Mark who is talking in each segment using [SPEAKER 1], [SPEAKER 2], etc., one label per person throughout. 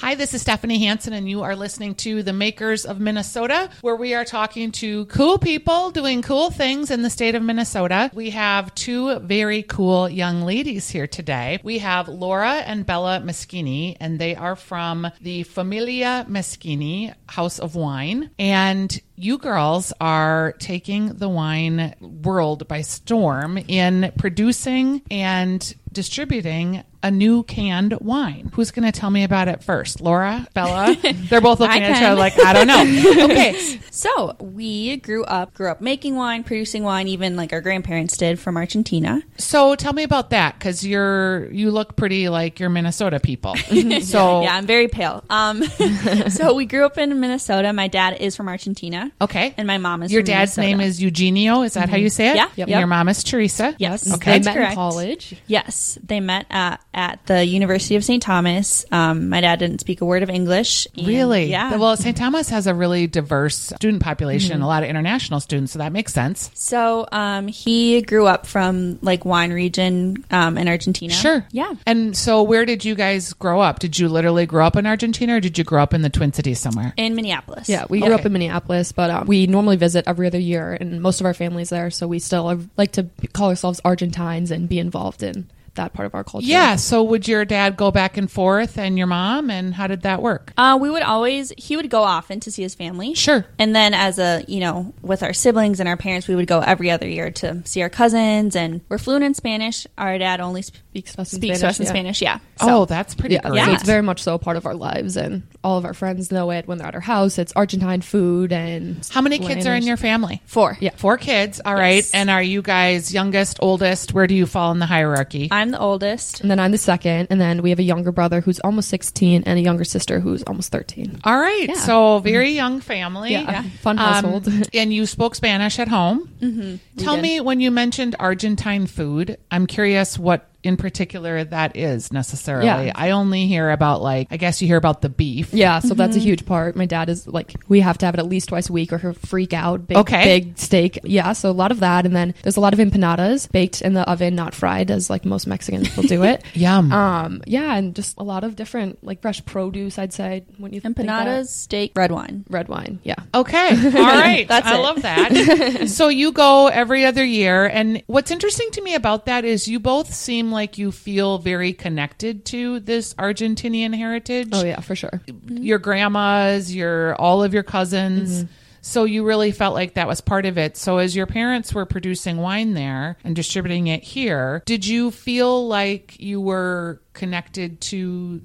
[SPEAKER 1] Hi, this is Stephanie Hansen, and you are listening to The Makers of Minnesota, where we are talking to cool people doing cool things in the state of Minnesota. We have two very cool young ladies here today. We have Laura and Bella Meschini, and they are from the Familia Meschini House of Wine. And you girls are taking the wine world by storm in producing and distributing a new canned wine. Who's going to tell me about it first? Laura, Bella? They're both looking
[SPEAKER 2] I
[SPEAKER 1] at each
[SPEAKER 2] can.
[SPEAKER 1] other like, I don't know. okay.
[SPEAKER 2] So we grew up, grew up making wine, producing wine, even like our grandparents did from Argentina.
[SPEAKER 1] So tell me about that cuz you're you look pretty like you're Minnesota people. so
[SPEAKER 2] Yeah, I'm very pale. Um, so we grew up in Minnesota. My dad is from Argentina.
[SPEAKER 1] okay.
[SPEAKER 2] And my mom is
[SPEAKER 1] Your
[SPEAKER 2] from
[SPEAKER 1] dad's
[SPEAKER 2] Minnesota. Mm-hmm.
[SPEAKER 1] name is Eugenio, is that how you say it?
[SPEAKER 2] Yeah. Yep.
[SPEAKER 1] And Your mom is Teresa.
[SPEAKER 2] Yes.
[SPEAKER 1] Okay.
[SPEAKER 2] That's
[SPEAKER 3] they met
[SPEAKER 2] correct.
[SPEAKER 3] in college.
[SPEAKER 2] Yes, they met at, at the University of St. Thomas. Um, my dad didn't speak a word of English. and-
[SPEAKER 1] Really?
[SPEAKER 2] Yeah. Mm-hmm.
[SPEAKER 1] Well, St. Thomas has a really diverse student population, a lot of international students, so that makes sense.
[SPEAKER 2] so um, he grew up from like wine region um, in Argentina.
[SPEAKER 1] Sure.
[SPEAKER 2] Yeah.
[SPEAKER 1] And so, where did you guys grow up? Did you literally grow up in Argentina, or did you grow up in the Twin Cities somewhere?
[SPEAKER 2] In Minneapolis.
[SPEAKER 3] Yeah, we grew
[SPEAKER 1] Okay.
[SPEAKER 3] up in Minneapolis, but um, we normally visit every other year, and most of our family's there, so we still are, like to be- call ourselves Argentines and be involved in that part of our culture.
[SPEAKER 1] Yeah. So, would your dad go back and forth, and your mom, and how did that work?
[SPEAKER 2] Uh, we would always he would go often to see his family.
[SPEAKER 1] Sure.
[SPEAKER 2] And then as a you know, with our siblings and our parents, we would go every other year to see our cousins and we're fluent in Spanish. Our dad only sp-
[SPEAKER 3] Speaks to us in
[SPEAKER 2] speaks to
[SPEAKER 3] Spanish,
[SPEAKER 2] us in
[SPEAKER 3] yeah.
[SPEAKER 2] Spanish, yeah.
[SPEAKER 1] oh, that's pretty
[SPEAKER 3] Yeah,
[SPEAKER 1] great.
[SPEAKER 3] so
[SPEAKER 2] Yeah.
[SPEAKER 3] it's very much so a part of our lives, and all of our friends know it when they're at our house. It's Argentine food and
[SPEAKER 1] How many kids are in
[SPEAKER 3] language.
[SPEAKER 1] your family?
[SPEAKER 2] Four.
[SPEAKER 3] Yeah.
[SPEAKER 1] Four kids. All right. And are you guys youngest, oldest? Where do you fall in the hierarchy?
[SPEAKER 2] I'm the oldest.
[SPEAKER 3] And then I'm the second, and then we have a younger brother who's almost 16 and a younger sister who's almost 13.
[SPEAKER 1] All right. So, very young family.
[SPEAKER 3] Yeah. Fun
[SPEAKER 1] Um,
[SPEAKER 3] household.
[SPEAKER 1] and you spoke Spanish at home. Mm-hmm. Tell me when you mentioned Argentine food, I'm curious what in particular that is necessarily.
[SPEAKER 3] Yeah.
[SPEAKER 1] I only hear about, like, I guess you hear about the beef.
[SPEAKER 3] Yeah, so that's a
[SPEAKER 1] Mm-hmm.
[SPEAKER 3] huge part. My dad is like, we have to have it at least twice a week, or he'll freak out. Big,
[SPEAKER 1] Okay.
[SPEAKER 3] big steak. Yeah, so a lot of that, and then there's a lot of empanadas baked in the oven, not fried, as like most Mexicans will do it.
[SPEAKER 1] Yum.
[SPEAKER 3] Um. Yeah, and just a lot of different like fresh produce. I'd say when you think that.
[SPEAKER 2] Empanadas, steak, red wine.
[SPEAKER 3] red wine. Yeah.
[SPEAKER 1] Okay. All right.
[SPEAKER 2] That's
[SPEAKER 1] I
[SPEAKER 2] it.
[SPEAKER 1] love that. so you go every other year. And what's interesting to me about that is you both seem like you feel very connected to this Argentinian heritage.
[SPEAKER 3] Oh yeah, for sure.
[SPEAKER 1] your grandmas, your all of your cousins. So you really felt like that was part of it. So as your parents were producing wine there and distributing it here, did you feel like you were connected to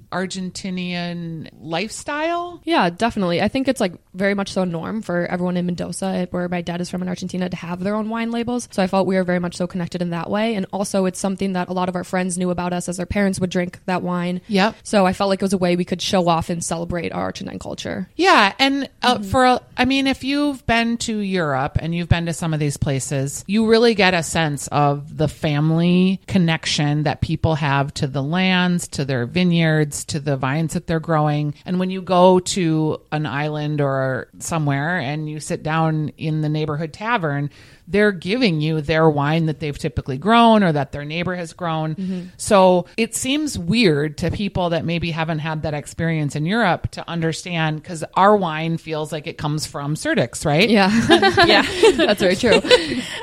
[SPEAKER 1] Argentinian lifestyle?
[SPEAKER 3] Yeah, definitely. I think it's like very much so a norm for everyone in Mendoza, where my dad is from in Argentina, to have their own wine labels. So I felt we were very much so connected in that way. And also, it's something that a lot of our friends knew about us as our parents would drink that wine.
[SPEAKER 1] Yep.
[SPEAKER 3] So I felt like it was a way we could show off and celebrate our Argentine culture.
[SPEAKER 1] Yeah, and uh, for a- I mean, if you've been to Europe and you've been to some of these places, you really get a sense of the family connection that people have to the lands, to their vineyards, to the vines that they're growing. And when you go to an island or somewhere and you sit down in the neighborhood tavern, they're giving you their wine that they've typically grown or that their neighbor has grown. So it seems weird to people that maybe haven't had that experience in Europe to understand because our wine feels like it comes from Surdix, right?
[SPEAKER 3] Yeah.
[SPEAKER 2] yeah.
[SPEAKER 3] That's very true.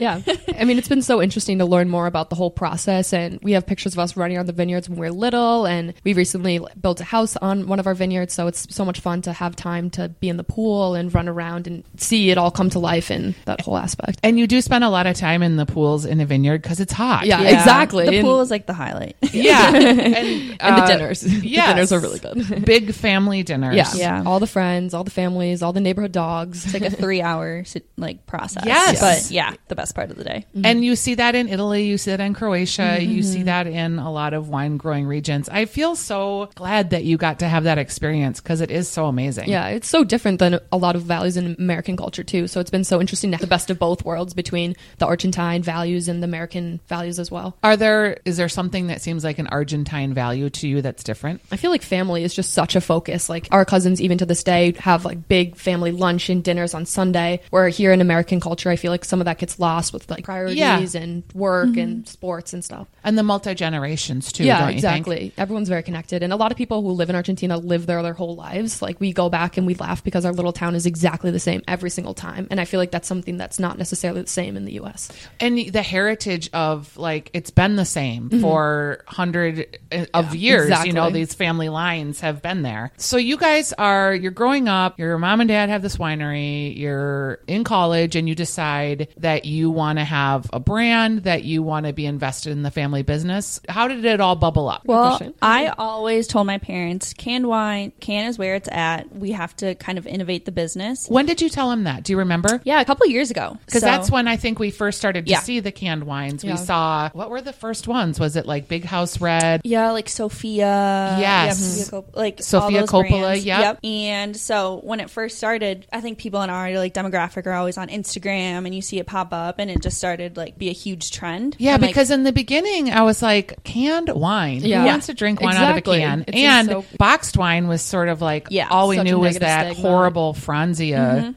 [SPEAKER 3] Yeah. I mean, it's been so interesting to learn more about the whole process. And we have pictures of us running on the vineyards when we are little. And we recently built a house on one of our vineyards. So it's so much fun to have time to be in the pool and run around and see it all come to life and that whole aspect.
[SPEAKER 1] And you do spend a lot of time in the pools in a vineyard because it's hot.
[SPEAKER 3] Yeah, exactly.
[SPEAKER 2] The
[SPEAKER 3] And-
[SPEAKER 2] pool is like the highlight.
[SPEAKER 1] Yeah. and
[SPEAKER 3] and
[SPEAKER 1] uh,
[SPEAKER 3] the dinners.
[SPEAKER 1] yes.
[SPEAKER 3] the dinners are really good.
[SPEAKER 1] Big family dinners.
[SPEAKER 3] Yeah.
[SPEAKER 2] Yeah.
[SPEAKER 3] All the friends, all the families, all the neighborhood dogs.
[SPEAKER 2] It's like a three hour like process.
[SPEAKER 1] Yes.
[SPEAKER 2] But yeah, the best part of the day.
[SPEAKER 3] Mm-hmm.
[SPEAKER 1] And you see that in Italy, you see that in Croatia, you see that in a lot of wine growing regions. I feel so glad that you got to have that experience because it is so amazing.
[SPEAKER 3] Yeah, it's so different than a lot of values in American culture too. So it's been so interesting to have the best of both worlds between the Argentine values and the American values as well.
[SPEAKER 1] Are there is there something that seems like an Argentine value to you that's different?
[SPEAKER 3] I feel like family is just such a focus. Like our cousins, even to this day, have like big family lunch and dinners on Sunday. Where here in American culture, I feel like some of that gets lost with like priorities
[SPEAKER 1] Yeah.
[SPEAKER 3] and work and sports and stuff.
[SPEAKER 1] And the multi generations too.
[SPEAKER 3] yeah,
[SPEAKER 1] don't you think?
[SPEAKER 3] exactly. Everyone's very connected, and a lot of people who live in Argentina live there their whole lives. Like we go back and we laugh because our little town is exactly the same every single time, and I feel like that's something that's not necessarily the same in the U.S.
[SPEAKER 1] and the heritage of like it's been the same for hundred uh, of years you know
[SPEAKER 3] Mm-hmm. exactly.
[SPEAKER 1] these family lines have been there so you guys are you're growing up your mom and dad have this winery you're in college and you decide that you want to have a brand that you want to be invested in the family business how did it all bubble up
[SPEAKER 2] Well,
[SPEAKER 3] question.
[SPEAKER 2] I always told my parents, canned wine, can is where it's at. We have to kind of innovate the business.
[SPEAKER 1] when did you tell him that do you remember
[SPEAKER 2] Yeah, a couple years ago.
[SPEAKER 1] Because
[SPEAKER 2] So-
[SPEAKER 1] that's when I think we first started to
[SPEAKER 2] Yeah.
[SPEAKER 1] see the canned wines.
[SPEAKER 3] Yeah.
[SPEAKER 1] We saw what were the first ones? Was it like Big House Red?
[SPEAKER 2] Yeah, like Sophia.
[SPEAKER 1] Yes.
[SPEAKER 2] Yeah, Sophia Cop- like
[SPEAKER 1] Sofia
[SPEAKER 2] all those
[SPEAKER 1] Coppola,
[SPEAKER 2] brands.
[SPEAKER 1] yep.
[SPEAKER 2] And so when it first started, I think people in our like demographic are always on Instagram, and you see it pop up, and it just started like be a huge trend.
[SPEAKER 1] Yeah,
[SPEAKER 2] And, like,
[SPEAKER 1] because in the beginning I was like canned wine.
[SPEAKER 3] Yeah.
[SPEAKER 1] Who wants to drink wine
[SPEAKER 3] Exactly.
[SPEAKER 1] out of a can?
[SPEAKER 3] It seems
[SPEAKER 1] and
[SPEAKER 3] so-
[SPEAKER 1] boxed wine was sort of like
[SPEAKER 2] Yeah,
[SPEAKER 1] all we
[SPEAKER 3] such a
[SPEAKER 1] knew was
[SPEAKER 3] negative
[SPEAKER 1] that
[SPEAKER 3] stigma. Mm-hmm,
[SPEAKER 1] horrible Franzia.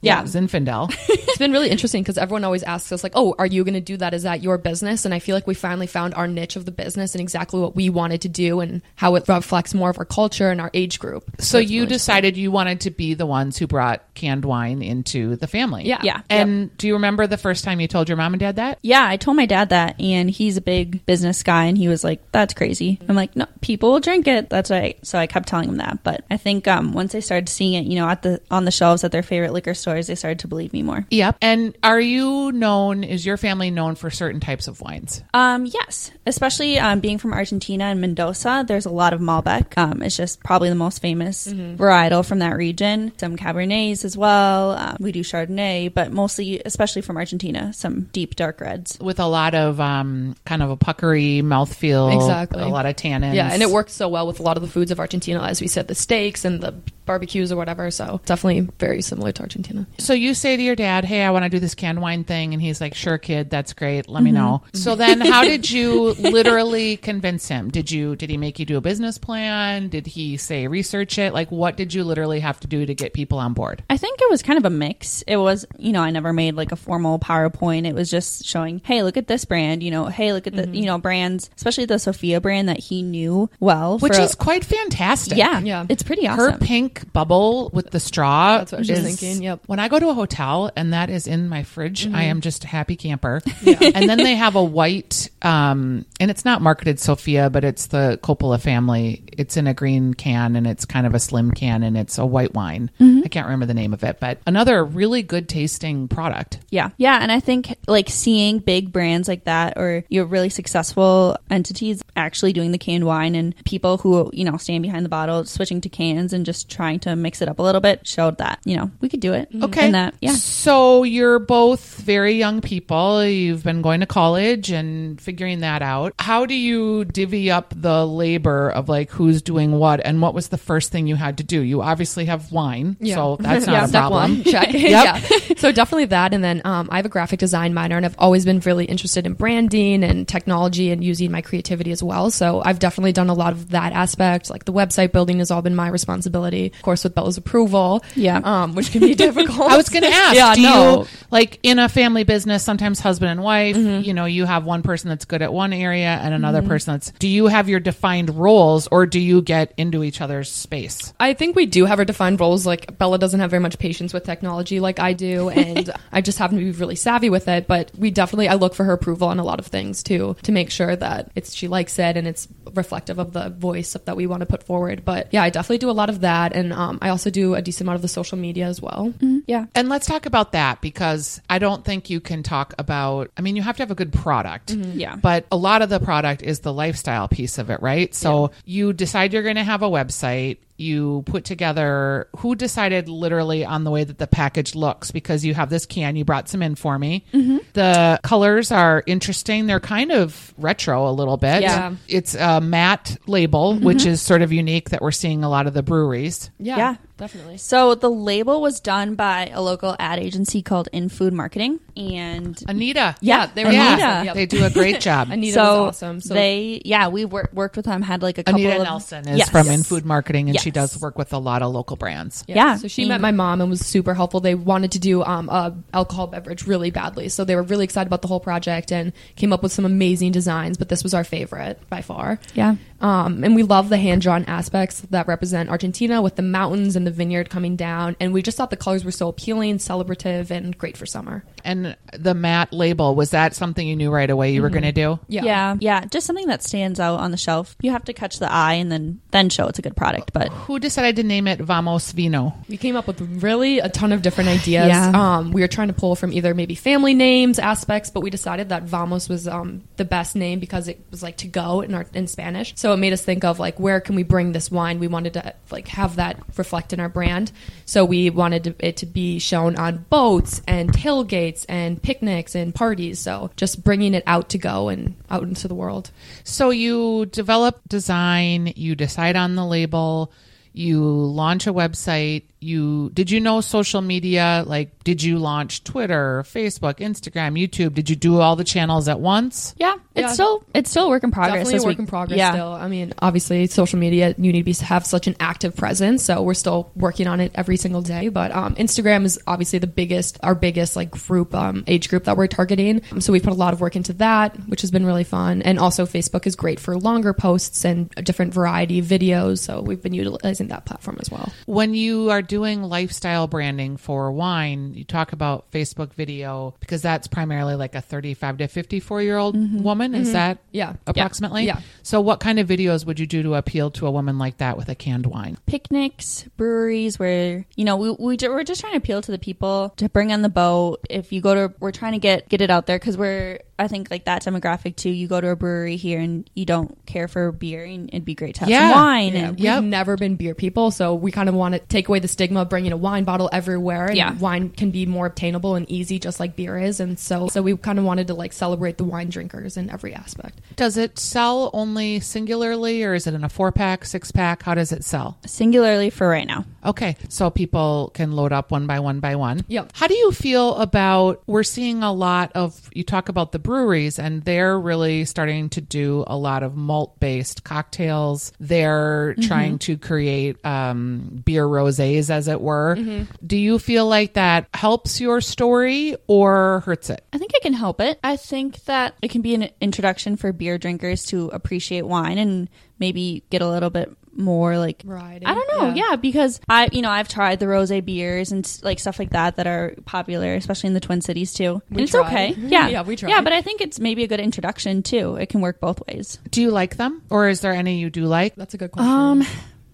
[SPEAKER 2] Yeah.
[SPEAKER 1] it was Zinfandel.
[SPEAKER 3] it's been really interesting because everyone always asks us like oh are you going to do that is that your business and i feel like we finally found our niche of the business and exactly what we wanted to do and how it reflects more of our culture and our age group
[SPEAKER 1] so
[SPEAKER 3] it's
[SPEAKER 1] you
[SPEAKER 3] really-
[SPEAKER 1] decided you wanted to be the ones who brought canned wine into the family.
[SPEAKER 3] Yeah.
[SPEAKER 2] Yeah.
[SPEAKER 1] And do you remember the first time you told your mom and dad that?
[SPEAKER 2] Yeah, I told my dad that, and he's a big business guy, and he was like, "That's crazy." I'm like, "No, people will drink it." That's right. So I kept telling him that, but I think um, once they started seeing it, you know, at the on the shelves at their favorite liquor stores, they started to believe me more.
[SPEAKER 1] Yep. And are you known is your family known for certain types of wines?
[SPEAKER 2] Um, yes, especially um, being from Argentina and Mendoza, there's a lot of Malbec. Um, it's just probably the most famous
[SPEAKER 1] Mm-hmm.
[SPEAKER 2] varietal from that region. Some Cabernets as well. Um, we do Chardonnay, but mostly, especially from Argentina, some deep dark reds.
[SPEAKER 1] With a lot of um, kind of a puckery mouthfeel,
[SPEAKER 3] Exactly.
[SPEAKER 1] a lot of tannins.
[SPEAKER 3] yeah and it worked so well with a lot of the foods of argentina as we said the steaks and the barbecues or whatever so definitely very similar to argentina
[SPEAKER 1] So you say to your dad, "Hey, I want to do this canned wine thing," and he's like, "Sure, kid, that's great. Let me
[SPEAKER 3] Mm-hmm.
[SPEAKER 1] know." So then, how did you literally convince him? Did you did he make you do a business plan? Did he say research it? Like, what did you literally have to do to get people on board?
[SPEAKER 2] I think it was kind of a mix. It was, you know, I never made like a formal PowerPoint. It was just showing, hey, look at this brand, you know, hey, look at
[SPEAKER 1] Mm-hmm.
[SPEAKER 2] the, you know, brands, especially the Sophia brand that he knew well.
[SPEAKER 1] Which
[SPEAKER 2] for-
[SPEAKER 1] is quite fantastic.
[SPEAKER 2] yeah,
[SPEAKER 3] Yeah.
[SPEAKER 2] yeah, it's pretty
[SPEAKER 1] Her
[SPEAKER 2] awesome.
[SPEAKER 1] pink bubble with the straw.
[SPEAKER 3] That's what I was just
[SPEAKER 1] is-
[SPEAKER 3] thinking, yep. Mm-hmm.
[SPEAKER 1] When I go to a hotel and that is in my fridge, I am just a happy camper. and then they have a white, um, and it's not marketed Sophia, but it's the Coppola family. It's in a green can and it's kind of a slim can and it's a white wine.
[SPEAKER 3] Mm-hmm.
[SPEAKER 1] I can't remember the name of it, but another really good tasting product.
[SPEAKER 2] Yeah. Yeah. And I think like seeing big brands like that or your really successful entities actually doing the canned wine and people who, you know, stand behind the bottle, switching to cans and just trying to mix it up a little bit showed that, you know, we could do
[SPEAKER 3] Mm,
[SPEAKER 2] it.
[SPEAKER 1] Okay.
[SPEAKER 2] And that, yeah.
[SPEAKER 1] So you're both very young people. You've been going to college and figuring that out. How do you divvy up the labor of like who's doing what and what was the first thing you had to do? You obviously have wine, so that's not
[SPEAKER 3] yeah,
[SPEAKER 1] a
[SPEAKER 3] step
[SPEAKER 1] problem.
[SPEAKER 3] one. Check. Yeah. So definitely that. And then um, I have a graphic design minor, and I've always been really interested in branding and technology and using my creativity as well. So I've definitely done a lot of that aspect. Like the website building has all been my responsibility, of course, with Bella's approval.
[SPEAKER 2] Yeah.
[SPEAKER 3] Um, which can be difficult.
[SPEAKER 1] I was going to ask,
[SPEAKER 3] Yeah,
[SPEAKER 1] do
[SPEAKER 3] no. Mm-hmm.
[SPEAKER 1] you like in a family business sometimes husband and wife, you know, you have one person that's good at one area and another person that's do you have your defined roles or do you get into each other's space?
[SPEAKER 3] I think we do have our defined roles. Like Bella doesn't have very much patience with technology like I do, and I just happen to be really savvy with it. But we definitely I look for her approval on a lot of things too to make sure that it's she likes it and it's reflective of the voice that we want to put forward. But yeah, I definitely do a lot of that, and um, I also do a decent amount of the social media as well.
[SPEAKER 2] Yeah.
[SPEAKER 1] And let's talk about that because I don't think you can talk about. I mean, you have to have a good product.
[SPEAKER 3] Mm-hmm.
[SPEAKER 2] Yeah.
[SPEAKER 1] But a lot of the product is the lifestyle piece of it, right? So you decide you're going to have a website. You put together who decided literally on the way that the package looks because you have this can. You brought some in for me.
[SPEAKER 3] Mm-hmm.
[SPEAKER 1] The colors are interesting. They're kind of retro a little bit.
[SPEAKER 3] Yeah. Mm-hmm.
[SPEAKER 1] It's a matte label, which is sort of unique that we're seeing a lot of the breweries.
[SPEAKER 3] Yeah.
[SPEAKER 2] Yeah.
[SPEAKER 3] Definitely.
[SPEAKER 2] So the label was done by a local ad agency called In Food Marketing, and
[SPEAKER 1] Anita.
[SPEAKER 2] Yeah,
[SPEAKER 3] they
[SPEAKER 2] were
[SPEAKER 1] yeah.
[SPEAKER 2] Anita.
[SPEAKER 1] They do a great job.
[SPEAKER 3] Anita
[SPEAKER 2] so
[SPEAKER 3] was awesome. So
[SPEAKER 2] they, yeah, we wor- worked with them. Had like a couple
[SPEAKER 1] Anita
[SPEAKER 2] of
[SPEAKER 1] Nelson is
[SPEAKER 2] Yes.
[SPEAKER 1] from In Food Marketing, and she
[SPEAKER 2] Yes.
[SPEAKER 1] does work with a lot of local brands.
[SPEAKER 3] Yeah.
[SPEAKER 2] Yeah.
[SPEAKER 3] So she met my mom and was super helpful. They wanted to do um, a alcohol beverage really badly, so they were really excited about the whole project and came up with some amazing designs. But this was our favorite by far.
[SPEAKER 2] Yeah.
[SPEAKER 3] Um, and we love the hand drawn aspects that represent Argentina with the mountains and the vineyard coming down. And we just thought the colors were so appealing, celebrative, and great for summer.
[SPEAKER 1] And the matte label was that something you knew right away you were going to do?
[SPEAKER 3] Yeah.
[SPEAKER 2] yeah, yeah, just something that stands out on the shelf. You have to catch the eye and then then show it's a good product. But
[SPEAKER 1] Who decided to name it Vamos Vino?
[SPEAKER 3] We came up with really a ton of different ideas.
[SPEAKER 2] Yeah.
[SPEAKER 3] Um, we were trying to pull from either maybe family names, aspects, but we decided that Vamos was um, the best name because it was like to go in, our, in Spanish. So it made us think of like where can we bring this wine? We wanted to like have that reflect in our brand. So we wanted to, it to be shown on boats and tailgates and picnics and parties. So just bringing it out to go and out into the world.
[SPEAKER 1] So you develop design, you decide on the label, you launch a website. You did you know social media? Like, did you launch Twitter, Facebook, Instagram, YouTube? Did you do all the channels at once?
[SPEAKER 2] yeah, it's
[SPEAKER 3] Yeah.
[SPEAKER 2] still it's still a work in progress.
[SPEAKER 3] Definitely
[SPEAKER 2] as
[SPEAKER 3] a work
[SPEAKER 2] we-
[SPEAKER 3] in progress
[SPEAKER 2] yeah.
[SPEAKER 3] still. I mean, obviously, social media, you need to be, have such an active presence. So we're still working on it every single day. But um, Instagram is obviously the biggest, our biggest like group, um, age group that we're targeting. Um, So we've put a lot of work into that, which has been really fun. And also, Facebook is great for longer posts and a different variety of videos. So we've been utilizing that platform as well.
[SPEAKER 1] When you are doing lifestyle branding for wine, you talk about Facebook video because that's primarily like a 35 to 54 year old woman. Is that
[SPEAKER 3] Yeah.
[SPEAKER 1] approximately?
[SPEAKER 3] Yeah.
[SPEAKER 1] So, what kind of videos would you do to appeal to a woman like that with a canned wine?
[SPEAKER 2] picnics, breweries, where you know we we ju- we're just trying to appeal to the people to bring on the boat. If you go to, we're trying to get get it out there because we're I think like that demographic too. You go to a brewery here and you don't care for beer, and it'd be great to have
[SPEAKER 1] Yeah.
[SPEAKER 2] some wine.
[SPEAKER 1] Yeah.
[SPEAKER 2] And
[SPEAKER 1] Yeah. Yep.
[SPEAKER 3] We've never been beer people, so we kind of want to take away the stigma of bringing a wine bottle everywhere. And
[SPEAKER 2] Yeah.
[SPEAKER 3] wine can be more obtainable and easy, just like beer is. And so, so we kind of wanted to like celebrate the wine drinkers in every aspect.
[SPEAKER 1] Does it sell only singularly or is it in a four pack, six pack? How does it sell?
[SPEAKER 2] singularly for right now,
[SPEAKER 1] Okay, so people can load up one by one by one.
[SPEAKER 3] Yep.
[SPEAKER 1] How do you feel about we're seeing a lot of you talk about the breweries and they're really starting to do a lot of malt based cocktails. They're trying to create um, beer rosés as it were. Do you feel like that helps your story or hurts it?
[SPEAKER 2] I think I can help it. I think that it can be an introduction for beer drinkers to appreciate wine and maybe get a little bit more like
[SPEAKER 3] Variety,
[SPEAKER 2] I don't know,
[SPEAKER 3] yeah.
[SPEAKER 2] yeah. because I you know I've tried the rosé beers and s- like stuff like that that are popular, especially in the Twin Cities too. and it's
[SPEAKER 3] tried.
[SPEAKER 2] okay, yeah,
[SPEAKER 3] Yeah, we tried.
[SPEAKER 2] yeah. But I think it's maybe a good introduction too. It can work both ways.
[SPEAKER 1] Do you like them or is there any you do like?
[SPEAKER 3] That's a good question.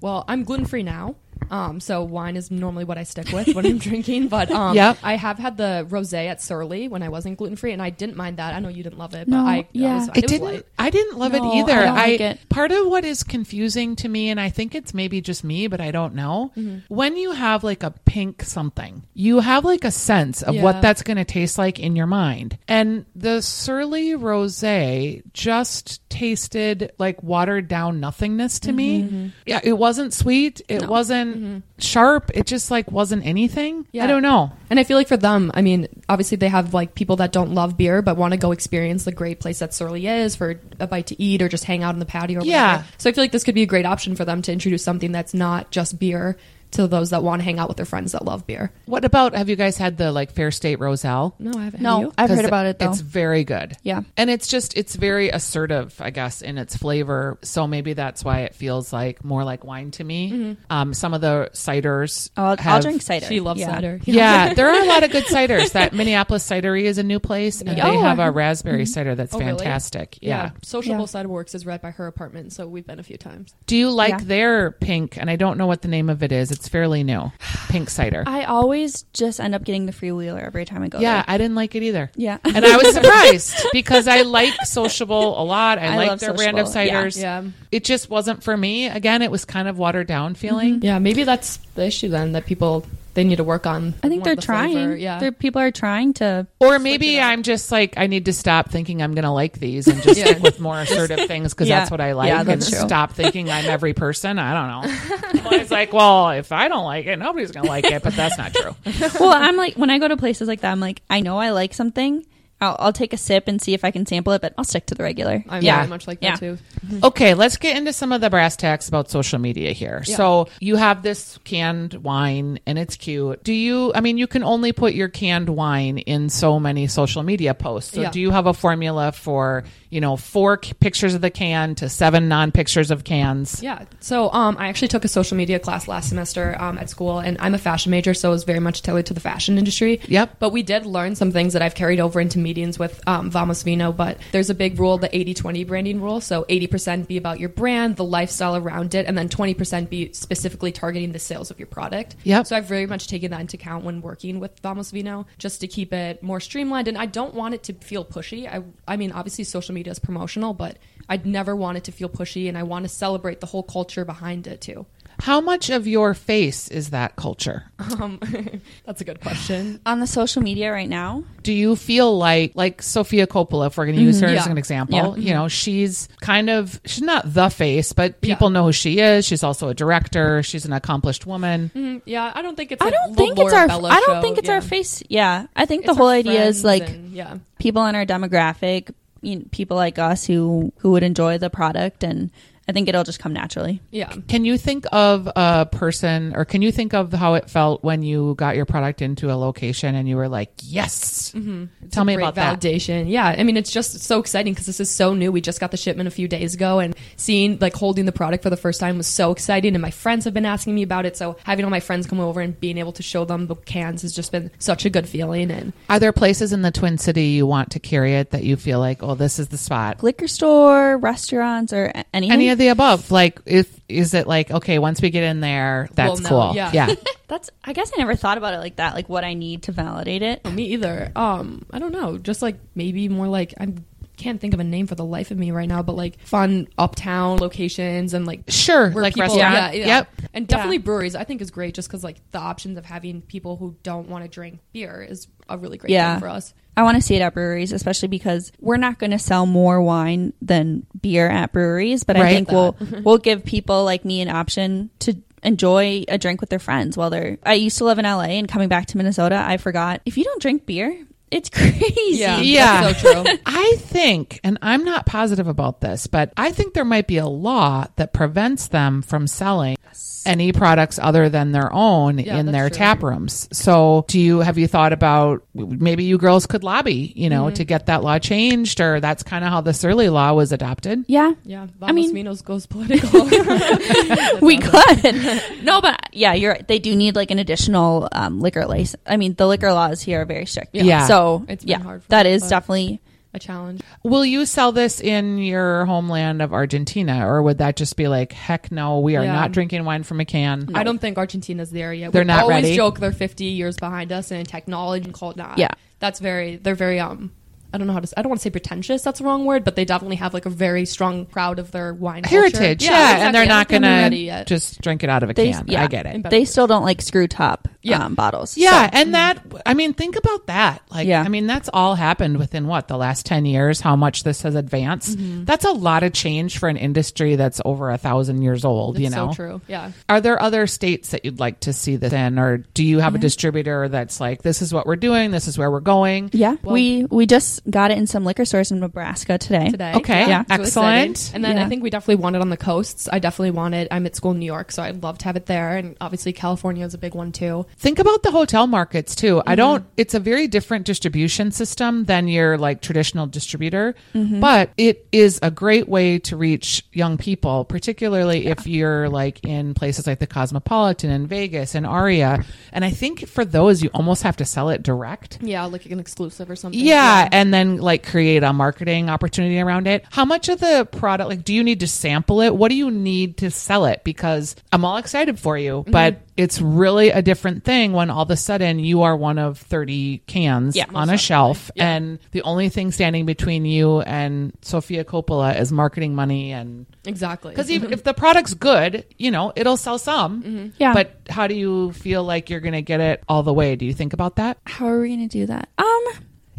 [SPEAKER 3] well, I'm gluten free now. Um, so wine is normally what I stick with when I'm drinking, but um,
[SPEAKER 1] Yep.
[SPEAKER 3] I have had the rosé at Surly when I wasn't gluten free, and I didn't mind that. I know you didn't love it, but
[SPEAKER 2] No,
[SPEAKER 3] I I
[SPEAKER 2] yeah.
[SPEAKER 3] was,
[SPEAKER 1] I
[SPEAKER 3] it was
[SPEAKER 1] didn't.
[SPEAKER 3] light.
[SPEAKER 1] I didn't love
[SPEAKER 2] No,
[SPEAKER 1] it either.
[SPEAKER 2] I don't like it.
[SPEAKER 1] part of what is confusing to me, and I think it's maybe just me, but I don't know.
[SPEAKER 2] Mm-hmm.
[SPEAKER 1] When you have like a pink something, you have like a sense of
[SPEAKER 3] Yeah.
[SPEAKER 1] what that's going to taste like in your mind. And the Surly Rosé just tasted like watered down nothingness to
[SPEAKER 2] Mm-hmm,
[SPEAKER 1] me. Yeah, it wasn't sweet. It wasn't sharp. It just like wasn't anything.
[SPEAKER 3] Yeah.
[SPEAKER 1] I don't know.
[SPEAKER 3] And I feel like for them, I mean, obviously they have like people that don't love beer but want to go experience the great place that Surly is for a bite to eat or just hang out on the patio. Or
[SPEAKER 1] Yeah.
[SPEAKER 3] Whatever. So I feel like this could be a great option for them to introduce something that's not just beer to those that want to hang out with their friends that love beer.
[SPEAKER 1] What about have you guys had the like Fair State Roselle?
[SPEAKER 3] No, I haven't.
[SPEAKER 2] No,
[SPEAKER 3] Have you?
[SPEAKER 2] I've heard
[SPEAKER 1] 'Cause
[SPEAKER 2] about it though.
[SPEAKER 1] It's very good.
[SPEAKER 2] Yeah.
[SPEAKER 1] And it's just it's very assertive, I guess, in its flavor. So maybe that's why it feels like more like wine to me.
[SPEAKER 2] Mm-hmm.
[SPEAKER 1] Um, some of the ciders.
[SPEAKER 2] Oh, I'll, I'll
[SPEAKER 1] have-
[SPEAKER 2] drink cider.
[SPEAKER 3] She loves
[SPEAKER 2] Yeah.
[SPEAKER 3] cider.
[SPEAKER 1] Yeah, there are a lot of good ciders. That Minneapolis Cidery is a new place, and
[SPEAKER 2] Oh,
[SPEAKER 1] they have
[SPEAKER 2] I-
[SPEAKER 1] a raspberry cider that's
[SPEAKER 3] Oh, really?
[SPEAKER 1] fantastic. Yeah.
[SPEAKER 3] Sociable
[SPEAKER 2] Yeah.
[SPEAKER 3] Cider Works is right by her apartment, so we've been a few times.
[SPEAKER 1] Do you like
[SPEAKER 2] Yeah.
[SPEAKER 1] their pink? And I don't know what the name of it is. It's fairly new. Pink cider.
[SPEAKER 2] I always just end up getting the freewheeler every time I go.
[SPEAKER 1] yeah,
[SPEAKER 2] there.
[SPEAKER 1] I didn't like it either.
[SPEAKER 2] Yeah.
[SPEAKER 1] and I was surprised because I like Sociable a lot. I,
[SPEAKER 2] I
[SPEAKER 1] like
[SPEAKER 2] love
[SPEAKER 1] their brand of
[SPEAKER 2] Sociable, yeah. Mm-hmm.
[SPEAKER 1] ciders.
[SPEAKER 3] Yeah.
[SPEAKER 1] It just wasn't for me. Again, it was kind of watered down feeling.
[SPEAKER 3] Yeah, maybe that's the issue then that people they need to work on.
[SPEAKER 2] I think
[SPEAKER 3] more
[SPEAKER 2] they're
[SPEAKER 3] of the
[SPEAKER 2] trying.
[SPEAKER 3] flavor. Yeah.
[SPEAKER 2] They're- people are trying to.
[SPEAKER 1] Or maybe I'm just like I need to stop thinking I'm going to like these and just
[SPEAKER 3] Yeah.
[SPEAKER 1] stick with more assertive things because
[SPEAKER 2] Yeah.
[SPEAKER 1] that's what I like,
[SPEAKER 2] Yeah,
[SPEAKER 1] and
[SPEAKER 2] that's true.
[SPEAKER 1] stop thinking I'm every person. I don't know. it's like, well, if I don't like it, nobody's going to like it, but that's not true.
[SPEAKER 2] well, I'm like when I go to places like that, I'm like I know I like something. I'll, I'll take a sip and see if I can sample it, but I'll stick to the regular.
[SPEAKER 3] I'm
[SPEAKER 1] Yeah.
[SPEAKER 3] very much like that
[SPEAKER 2] Yeah.
[SPEAKER 3] too.
[SPEAKER 1] Okay, let's get into some of the brass tacks about social media here. So you have this canned wine and it's cute. Do you, I mean, you can only put your canned wine in so many social media posts. So
[SPEAKER 3] Yeah.
[SPEAKER 1] do you have a formula for, you know, four c- pictures of the can to seven non pictures of cans?
[SPEAKER 3] Yeah. So um, I actually took a social media class last semester um, at school, and I'm a fashion major, so it was very much tailored to the fashion industry.
[SPEAKER 1] Yep.
[SPEAKER 3] But we did learn some things that I've carried over into meetings with um, Vamos Vino. But there's a big rule, the 80 20 branding rule. So 80% be about your brand, the lifestyle around it, and then 20% be specifically targeting the sales of your product.
[SPEAKER 1] Yep.
[SPEAKER 3] So I've very much taken that into account when working with Vamos Vino just to keep it more streamlined. And I don't want it to feel pushy. I, I mean, obviously, social media is promotional, but I'd never want it to feel pushy. And I want to celebrate the whole culture behind it, too.
[SPEAKER 1] How much of your face is that culture?
[SPEAKER 3] That's a good question.
[SPEAKER 2] On the social media right now,
[SPEAKER 1] do you feel like like Sophia Coppola, if we're going to use her as
[SPEAKER 3] Mm-hmm. Yeah. Mm-hmm.
[SPEAKER 1] an example,
[SPEAKER 2] Yeah.
[SPEAKER 1] you know, she's kind of she's not the face, but people know who she is. She's also a director. She's an accomplished woman.
[SPEAKER 3] Mm, yeah, I don't think it's.
[SPEAKER 2] I
[SPEAKER 3] like
[SPEAKER 2] don't
[SPEAKER 3] the
[SPEAKER 2] think it's
[SPEAKER 3] Laura
[SPEAKER 2] our.
[SPEAKER 3] Bello
[SPEAKER 2] I don't
[SPEAKER 3] show,
[SPEAKER 2] think it's
[SPEAKER 3] yeah.
[SPEAKER 2] our face. Yeah, I think the
[SPEAKER 3] It's
[SPEAKER 2] whole
[SPEAKER 3] our
[SPEAKER 2] idea is
[SPEAKER 3] friends
[SPEAKER 2] like
[SPEAKER 3] and- yeah.
[SPEAKER 2] people in our demographic, you know, people like us who who would enjoy the product, and I think it'll just come naturally.
[SPEAKER 3] Yeah.
[SPEAKER 1] Can you think of a person or can you think of how it felt when you got your product into a location and you were like, yes? Tell me
[SPEAKER 3] Mm-hmm. great
[SPEAKER 1] about that.
[SPEAKER 3] validation. Yeah, I mean, it's just so exciting because this is so new. We just got the shipment a few days ago, and seeing like holding the product for the first time was so exciting. And my friends have been asking me about it, so having all my friends come over and being able to show them the cans has just been such a good feeling. And
[SPEAKER 1] Are there places in the Twin City you want to carry it that you feel like, oh, this is the spot?
[SPEAKER 2] Liquor store, restaurants, or a- anything.
[SPEAKER 3] Mm.
[SPEAKER 1] Any of the above? Like, if is it like, okay, once we get in there, that's
[SPEAKER 3] no,
[SPEAKER 1] cool.
[SPEAKER 3] yeah.
[SPEAKER 1] yeah.
[SPEAKER 2] That's. I guess I never thought about it like that. Like what I need to validate it.
[SPEAKER 3] me either. Um, I don't know, just like maybe more like I can't think of a name for the life of me right now, but like fun uptown locations and like
[SPEAKER 1] Sure, like restaurant.
[SPEAKER 3] Yeah, yeah.
[SPEAKER 1] Yep.
[SPEAKER 3] And definitely breweries, I think is great just because like the options of having people who don't want to drink beer is a really great
[SPEAKER 2] Yeah.
[SPEAKER 3] thing for us.
[SPEAKER 2] I want to see it at breweries, especially because we're not going to sell more wine than beer at breweries. But I
[SPEAKER 1] Right.
[SPEAKER 2] think we'll we'll give people like me an option to enjoy a drink with their friends while they're. I used to live in LA, and coming back to Minnesota, I forgot if you don't drink beer, it's crazy.
[SPEAKER 1] Yeah.
[SPEAKER 3] That's so true.
[SPEAKER 1] I think, and I'm not positive about this, but I think there might be a law that prevents them from selling any products other than their own
[SPEAKER 3] Yeah,
[SPEAKER 1] in
[SPEAKER 3] that's
[SPEAKER 1] their
[SPEAKER 3] true.
[SPEAKER 1] tap rooms. So, do you have you thought about maybe you girls could lobby, you know,
[SPEAKER 3] Mm-hmm.
[SPEAKER 1] to get that law changed, or that's kind of how the Surly law was adopted?
[SPEAKER 2] yeah,
[SPEAKER 3] Yeah, Vamos
[SPEAKER 2] I mean,
[SPEAKER 3] Minos goes political.
[SPEAKER 2] we could. no, but yeah, you're. They do need like an additional um, liquor license. I mean, the liquor laws here are very strict.
[SPEAKER 1] Yeah.
[SPEAKER 2] so
[SPEAKER 3] It's been
[SPEAKER 2] yeah,
[SPEAKER 3] hard for
[SPEAKER 2] that
[SPEAKER 3] us,
[SPEAKER 2] is
[SPEAKER 3] but-
[SPEAKER 2] definitely.
[SPEAKER 3] a challenge.
[SPEAKER 1] Will you sell this in your homeland of Argentina, or would that just be like, heck no, we are
[SPEAKER 3] Yeah.
[SPEAKER 1] not drinking wine from a can?
[SPEAKER 3] I don't think Argentina's there yet.
[SPEAKER 1] They're
[SPEAKER 3] we
[SPEAKER 1] not
[SPEAKER 3] always
[SPEAKER 1] ready?
[SPEAKER 3] joke they're 50 years behind us in technology and called not.
[SPEAKER 2] Yeah.
[SPEAKER 3] That's very, they're very, um, I don't know how to, s- I don't want to say pretentious, that's the wrong word, but they definitely have like a very strong proud of their wine culture.
[SPEAKER 1] Heritage, yeah, and they're
[SPEAKER 3] exactly. I
[SPEAKER 1] not
[SPEAKER 3] don't think they're
[SPEAKER 1] gonna
[SPEAKER 3] ready yet.
[SPEAKER 1] just drink it out of a
[SPEAKER 2] They,
[SPEAKER 1] can.
[SPEAKER 2] yeah,
[SPEAKER 1] I get it.
[SPEAKER 2] They still don't like screw top
[SPEAKER 3] Yeah.
[SPEAKER 2] um, bottles.
[SPEAKER 1] Yeah,
[SPEAKER 3] mm.
[SPEAKER 1] and that I mean, think about that. Like,
[SPEAKER 2] Yeah.
[SPEAKER 1] I mean, that's all happened within what the last ten years. How much this has advanced?
[SPEAKER 3] Mm-hmm.
[SPEAKER 1] That's a lot of change for an industry that's over a thousand years old. you
[SPEAKER 3] It's
[SPEAKER 1] know,
[SPEAKER 3] so true. Yeah.
[SPEAKER 1] Are there other states that you'd like to see this in, or do you have a distributor that's like, this is what we're doing, this is where we're going?
[SPEAKER 2] Yeah, we we just got it in some liquor stores in Nebraska today.
[SPEAKER 3] today.
[SPEAKER 1] Okay,
[SPEAKER 2] Yeah.
[SPEAKER 3] It's really exciting.
[SPEAKER 1] excellent.
[SPEAKER 3] and then
[SPEAKER 2] Yeah.
[SPEAKER 3] I think we definitely want it on the coasts. I definitely want it. I'm at school in New York, so I'd love to have it there. And obviously, California is a big one too.
[SPEAKER 1] Think about the hotel markets too. I don't, it's a very different distribution system than your like traditional distributor, but it is a great way to reach young people, particularly if you're like in places like the Cosmopolitan and Vegas and Aria. And I think for those, you almost have to sell it direct.
[SPEAKER 3] Yeah, like an exclusive or something.
[SPEAKER 1] Yeah, and then like create a marketing opportunity around it. How much of the
[SPEAKER 2] Mm-hmm.
[SPEAKER 1] product like do you need to sample it? What do you need to sell it? Because I'm all excited for you, but it's really a different thing when all of a sudden you are one of 30 cans
[SPEAKER 2] Yeah.
[SPEAKER 1] on a shelf and the only thing standing between you and Sofia Coppola is marketing money and
[SPEAKER 3] Exactly.
[SPEAKER 2] Mm-hmm.
[SPEAKER 1] because if, if the product's good, you know, it'll sell some.
[SPEAKER 2] Yeah.
[SPEAKER 1] But how do you feel like you're going to get it all the way? Do you think about that?
[SPEAKER 2] How are we gonna do that? Um,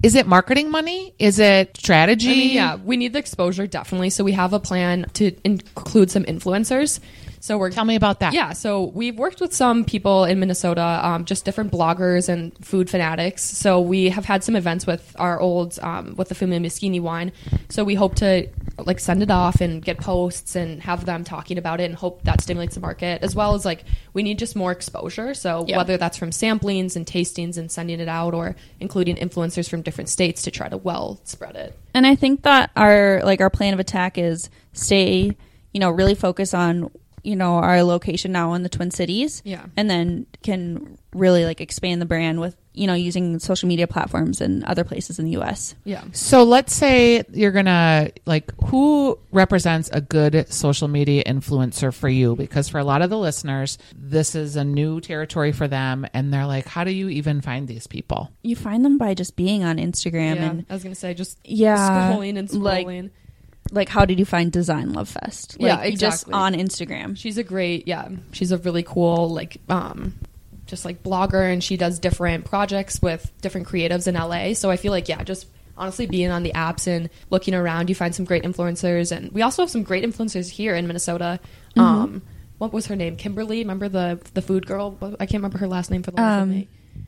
[SPEAKER 1] Is it marketing money? Is it strategy?
[SPEAKER 3] I mean, yeah, we need the exposure definitely. So we have a plan to include some influencers. So we're
[SPEAKER 1] Tell me about that.
[SPEAKER 3] Yeah, so we've worked with some people in Minnesota, um, just different bloggers and food fanatics. So we have had some events with our old, um, with the Fumi Miskini wine. So we hope to like send it off and get posts and have them talking about it and hope that stimulates the market as well as like we need just more exposure. So
[SPEAKER 2] Yeah.
[SPEAKER 3] whether that's from samplings and tastings and sending it out or including influencers from different states to try to well spread it.
[SPEAKER 2] And I think that our like our plan of attack is stay, you know, really focus on you know our location now in the Twin Cities,
[SPEAKER 3] Yeah.
[SPEAKER 2] and then can really like expand the brand with you know using social media platforms and other places in the U.S.
[SPEAKER 3] Yeah.
[SPEAKER 1] So let's say you're gonna like who represents a good social media influencer for you? Because for a lot of the listeners, this is a new territory for them, and they're like, "How do you even find these people?"
[SPEAKER 2] You find them by just being on Instagram
[SPEAKER 3] yeah.
[SPEAKER 2] and
[SPEAKER 3] I was going to say just
[SPEAKER 2] Yeah,
[SPEAKER 3] scrolling and
[SPEAKER 2] like-
[SPEAKER 3] scrolling.
[SPEAKER 2] like how did you find Design Love Fest? Like,
[SPEAKER 3] Yeah,
[SPEAKER 2] you Just
[SPEAKER 3] exactly.
[SPEAKER 2] on Instagram.
[SPEAKER 3] She's a great, yeah. She's a really cool, like, um, just like blogger, and she does different projects with different creatives in LA. So I feel like, yeah, just honestly being on the apps and looking around, you find some great influencers, and we also have some great influencers here in Minnesota.
[SPEAKER 2] Mm-hmm.
[SPEAKER 3] Um, what was her name? Kimberly. Remember the the food girl? What- I can't remember her last name for the life
[SPEAKER 2] Um,
[SPEAKER 3] of me.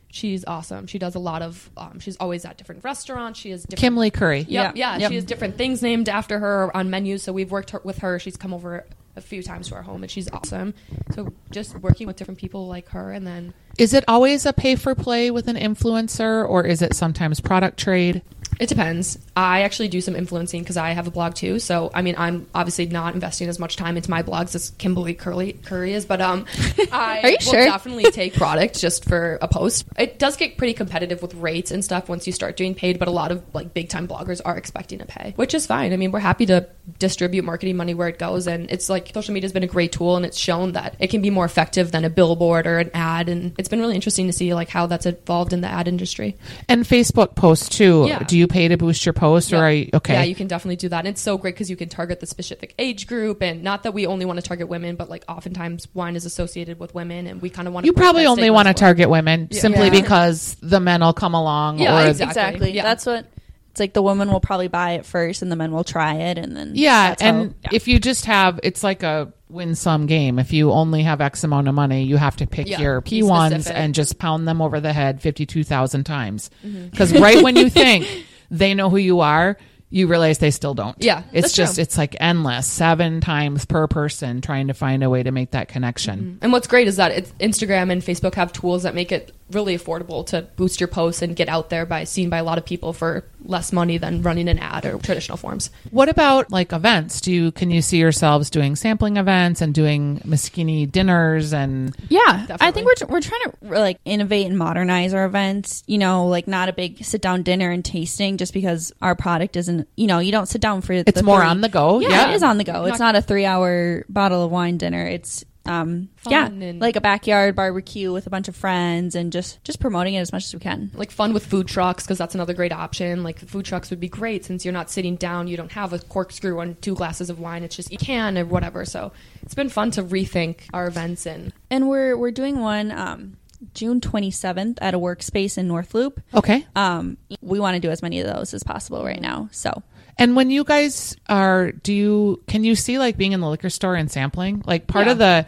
[SPEAKER 3] She's awesome. She does a lot of. Um, she's always at different restaurants. She has different
[SPEAKER 1] Kim Lee Curry.
[SPEAKER 3] Yep,
[SPEAKER 2] Yeah.
[SPEAKER 3] yeah,
[SPEAKER 2] Yep.
[SPEAKER 3] She has different things named after her on menus. So we've worked her, with her. She's come over a few times to our home, and she's awesome. So just working with different people like her, and then
[SPEAKER 1] Is it always a pay for play with an influencer, or is it sometimes product trade?
[SPEAKER 3] it depends. I actually do some influencing because I have a blog too. So I mean, I'm obviously not investing as much time into my blogs as Kimberly Curly Curry is, but um, I
[SPEAKER 2] Are you
[SPEAKER 3] will
[SPEAKER 2] sure?
[SPEAKER 3] definitely take product just for a post. It does get pretty competitive with rates and stuff once you start doing paid, but a lot of like big time bloggers are expecting to pay, which is fine. I mean, we're happy to distribute marketing money where it goes, and it's like social media has been a great tool, and it's shown that it can be more effective than a billboard or an ad, and it's been really interesting to see like how that's evolved in the ad industry.
[SPEAKER 1] And Facebook posts too.
[SPEAKER 3] Yeah.
[SPEAKER 1] Do you pay to boost your posts, or
[SPEAKER 3] Yeah.
[SPEAKER 1] are you, okay?
[SPEAKER 3] Yeah, you can definitely do that. And it's so great because you can target the specific age group. And not that we only want to target women, but like oftentimes wine is associated with women, and we kind of want
[SPEAKER 1] You probably only want to
[SPEAKER 3] target.
[SPEAKER 1] target women simply
[SPEAKER 2] Yeah.
[SPEAKER 1] because the men will come along.
[SPEAKER 3] Yeah,
[SPEAKER 1] or
[SPEAKER 3] exactly. Yeah.
[SPEAKER 2] That's what. It's like the woman will probably buy it first, and the men will try it, and then
[SPEAKER 1] Yeah,
[SPEAKER 2] that's how-
[SPEAKER 1] and if you just have, it's like a win-some game. If you only have X amount of money, you have to pick
[SPEAKER 3] Yeah,
[SPEAKER 1] your
[SPEAKER 3] be
[SPEAKER 1] P ones
[SPEAKER 3] specific.
[SPEAKER 1] and just pound them over the head fifty-two thousand times.
[SPEAKER 3] Mm-hmm.
[SPEAKER 1] Because right when you think they know who you are, you realize they still don't.
[SPEAKER 3] Yeah,
[SPEAKER 1] it's
[SPEAKER 3] that's true.
[SPEAKER 1] just it's like endless, seven times per person trying to find a way to make that connection.
[SPEAKER 3] And what's great is that it's Instagram and Facebook have tools that make it really affordable to boost your posts and get out there by seen by a lot of people for less money than running an ad or traditional forms.
[SPEAKER 1] What about like events? Do you can you see yourselves doing sampling events and doing Moschini dinners and
[SPEAKER 2] Yeah, I
[SPEAKER 3] Definitely.
[SPEAKER 2] think we're tr- we're trying to like innovate and modernize our events. You know, like not a big sit down dinner and tasting, just because our product isn't. You know, you don't sit down for.
[SPEAKER 1] It's more on the go,
[SPEAKER 2] Yeah,
[SPEAKER 1] yeah.
[SPEAKER 2] it is on the go. It's not a three hour bottle of wine dinner. It's um yeah,
[SPEAKER 3] Fun and-
[SPEAKER 2] like a backyard barbecue with a bunch of friends and just just promoting it as much as we can.
[SPEAKER 3] like fun with food trucks because that's another great option. Like food trucks would be great since you're not sitting down, you don't have a corkscrew and two glasses of wine. It's just you can or whatever. So it's been fun to rethink our events and
[SPEAKER 2] And we're we're doing one um June twenty seventh at a workspace in North Loop.
[SPEAKER 1] okay?
[SPEAKER 2] Um, we want to do as many of those as possible right now. So
[SPEAKER 1] And when you guys are, do you can you see like being in the liquor store and sampling? Like part of the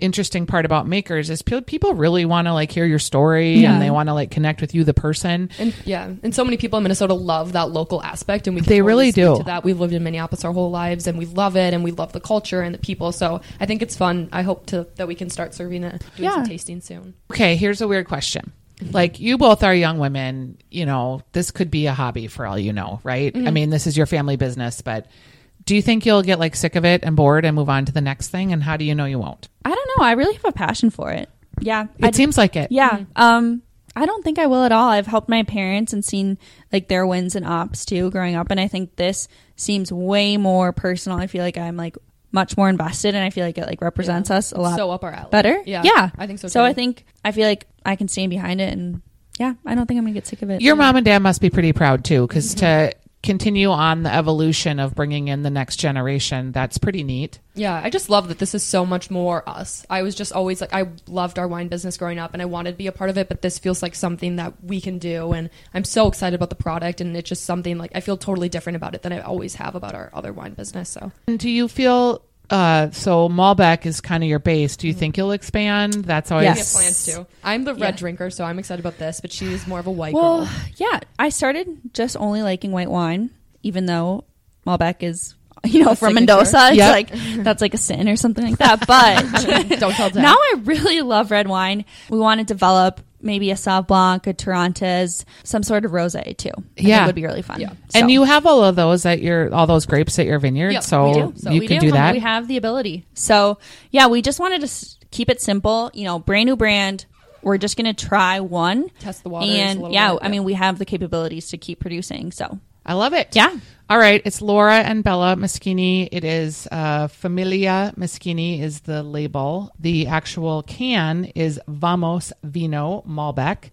[SPEAKER 1] interesting part about makers is pe- people really want to like hear your story and they want to like connect with you, the person.
[SPEAKER 3] and yeah, and so many people in Minnesota love that local aspect, and we can
[SPEAKER 1] They
[SPEAKER 3] totally
[SPEAKER 1] really
[SPEAKER 3] speak
[SPEAKER 1] do.
[SPEAKER 3] To that we've lived in Minneapolis our whole lives, and we love it, and we love the culture and the people. So I think it's fun. I hope to that we can start serving it, doing
[SPEAKER 2] Yeah.
[SPEAKER 3] some tasting soon.
[SPEAKER 1] Okay, here's a weird question. Like you both are young women, you know, this could be a hobby for all you know, right? I
[SPEAKER 2] Mm-hmm.
[SPEAKER 1] mean, this is your family business, but do you think you'll get like sick of it and bored and move on to the next thing? And how do you know you won't?
[SPEAKER 2] I don't know. I really have a passion for it. Yeah.
[SPEAKER 1] It
[SPEAKER 2] I do-
[SPEAKER 1] seems like it.
[SPEAKER 2] yeah.
[SPEAKER 3] mm.
[SPEAKER 2] Um, I don't think I will at all. I've helped my parents and seen like their wins and ops too growing up. And I think this seems way more personal. I feel like I'm like much more invested, and I feel like it like represents us a lot
[SPEAKER 3] so up our alley.
[SPEAKER 2] better.
[SPEAKER 3] Yeah.
[SPEAKER 2] yeah,
[SPEAKER 3] I think so.
[SPEAKER 2] So
[SPEAKER 3] too.
[SPEAKER 2] I think I feel like I can stand behind it, and yeah, I don't think I'm gonna get sick of it.
[SPEAKER 1] Your mom and dad must be pretty proud too,
[SPEAKER 2] Mm-hmm.
[SPEAKER 1] because to continue on the evolution of bringing in the next generation, that's pretty neat.
[SPEAKER 3] Yeah, I just love that this is so much more us. I was just always like, I loved our wine business growing up and I wanted to be a part of it, but this feels like something that we can do. And I'm so excited about the product. And it's just something like I feel totally different about it than I always have about our other wine business. So
[SPEAKER 1] And do you feel uh, so? Malbec is kind of your base. Do you think you'll expand? That's always
[SPEAKER 2] Mm-hmm. Yes.
[SPEAKER 3] we have plans too. I'm the red drinker, so I'm excited about this, but she's more of a white
[SPEAKER 2] well,
[SPEAKER 3] girl.
[SPEAKER 2] yeah, I started just only liking white wine, even though Malbec is you know
[SPEAKER 3] A
[SPEAKER 2] from
[SPEAKER 3] signature.
[SPEAKER 2] Mendoza. It's
[SPEAKER 1] Yep.
[SPEAKER 2] like that's like a sin or something like that. But
[SPEAKER 3] Don't tell Dad.
[SPEAKER 2] Now I really love red wine. We want to develop maybe a Sauv Blanc, a Torontes, some sort of rosé too. I think
[SPEAKER 1] Yeah.
[SPEAKER 2] would be really fun.
[SPEAKER 3] Yeah.
[SPEAKER 2] So-
[SPEAKER 1] And you have all of those at your all those grapes at your vineyard,
[SPEAKER 3] Yep,
[SPEAKER 1] so,
[SPEAKER 3] we do. So
[SPEAKER 1] you
[SPEAKER 2] we
[SPEAKER 1] can
[SPEAKER 2] do,
[SPEAKER 1] do that.
[SPEAKER 2] We have the ability. So yeah, we just wanted to s- keep it simple. You know, brand new brand. We're just gonna try one,
[SPEAKER 3] Test the waters a
[SPEAKER 2] and
[SPEAKER 3] little
[SPEAKER 2] yeah,
[SPEAKER 3] bit,
[SPEAKER 2] I
[SPEAKER 3] yeah.
[SPEAKER 2] mean, we have the capabilities to keep producing. So
[SPEAKER 1] I love it.
[SPEAKER 2] Yeah.
[SPEAKER 1] All right. It's Laura and Bella Moschini. It is uh, Familia Moschini is the label. The actual can is Vamos Vino Malbec.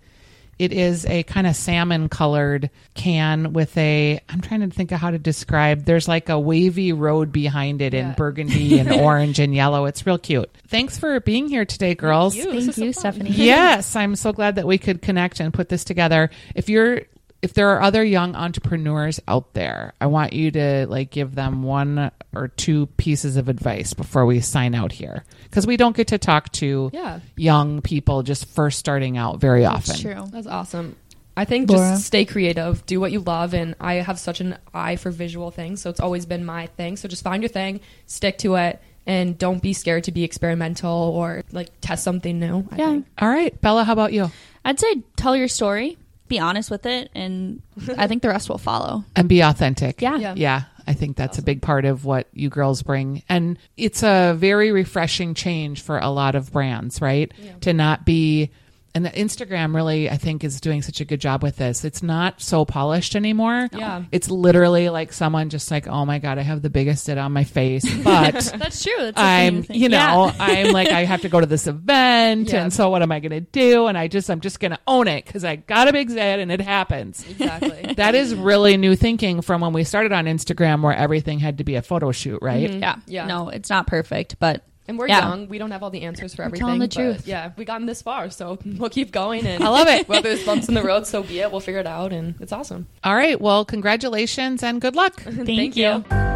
[SPEAKER 1] It is a kind of salmon colored can with a. I'm trying to think of how to describe. There's like a wavy road behind it in
[SPEAKER 3] Yeah.
[SPEAKER 1] burgundy and orange and yellow. It's real cute. Thanks for being here today, girls.
[SPEAKER 2] thank you, Stephanie.
[SPEAKER 1] yes, I'm so glad that we could connect and put this together. If you're if there are other young entrepreneurs out there, I want you to like give them one or two pieces of advice before we sign out here because we don't get to talk to
[SPEAKER 3] Yeah.
[SPEAKER 1] young people just first starting out very often.
[SPEAKER 3] That's awesome. I think
[SPEAKER 2] Laura?
[SPEAKER 3] just stay creative, do what you love, and I have such an eye for visual things, so it's always been my thing. So just find your thing, stick to it, and don't be scared to be experimental or like test something new. I
[SPEAKER 2] Yeah,
[SPEAKER 3] think.
[SPEAKER 1] All right, Bella, how about you?
[SPEAKER 2] I'd say tell your story, be honest with it, and I think the rest will follow.
[SPEAKER 1] And be authentic.
[SPEAKER 2] Yeah.
[SPEAKER 3] Yeah.
[SPEAKER 1] Yeah, I think that's a big part of what you girls bring. And it's a very refreshing change for a lot of brands, right? To not be and the Instagram really I think is doing such a good job with this. It's not so polished anymore.
[SPEAKER 3] Yeah.
[SPEAKER 1] It's literally like someone just like, "Oh my god, I have the biggest it on my face." But
[SPEAKER 2] That's true. That's
[SPEAKER 1] I'm, you know, I'm like, I have to go to this event.
[SPEAKER 3] Yeah.
[SPEAKER 1] And so what am I going to do? And I just, I'm just going to own it because I got a big Z and it happens.
[SPEAKER 3] Exactly.
[SPEAKER 1] That is really new thinking from when we started on Instagram, where everything had to be a photo shoot, right?
[SPEAKER 2] yeah,
[SPEAKER 3] Yeah.
[SPEAKER 2] No, it's not perfect, but
[SPEAKER 3] and we're
[SPEAKER 2] Yeah.
[SPEAKER 3] young. We don't have all the answers for everything.
[SPEAKER 2] telling the
[SPEAKER 3] but
[SPEAKER 2] truth.
[SPEAKER 3] Yeah, we gotten this far, so we'll keep going. And
[SPEAKER 1] I love it.
[SPEAKER 3] Well, there's bumps in the road, so be it. We'll figure it out, and it's awesome.
[SPEAKER 1] All right. Well, congratulations and good luck.
[SPEAKER 2] thank,
[SPEAKER 3] Thank
[SPEAKER 2] you.
[SPEAKER 3] you.